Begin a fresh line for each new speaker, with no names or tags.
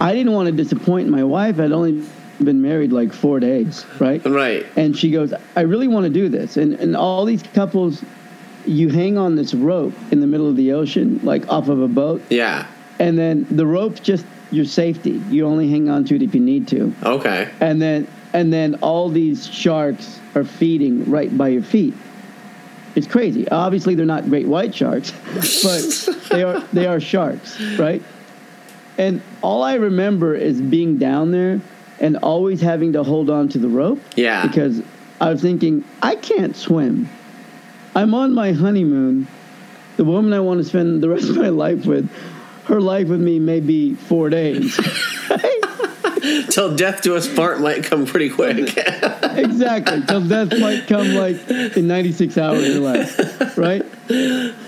I didn't want to disappoint my wife. I'd only been married like four days, right?
Right.
And she goes, I really want to do this. And, and all these couples, you hang on this rope in the middle of the ocean, like off of a boat.
Yeah.
And then the rope's just your safety. You only hang on to it if you need to.
Okay.
And then, and then all these sharks are feeding right by your feet. It's crazy. Obviously, they're not great white sharks, but they are they are sharks, right? And all I remember is being down there and always having to hold on to the rope.
Yeah.
Because I was thinking, I can't swim. I'm on my honeymoon. The woman I want to spend the rest of my life with, her life with me may be four days.
Till death do us part might come pretty quick.
exactly. Till death might come like in 96 hours or less, right?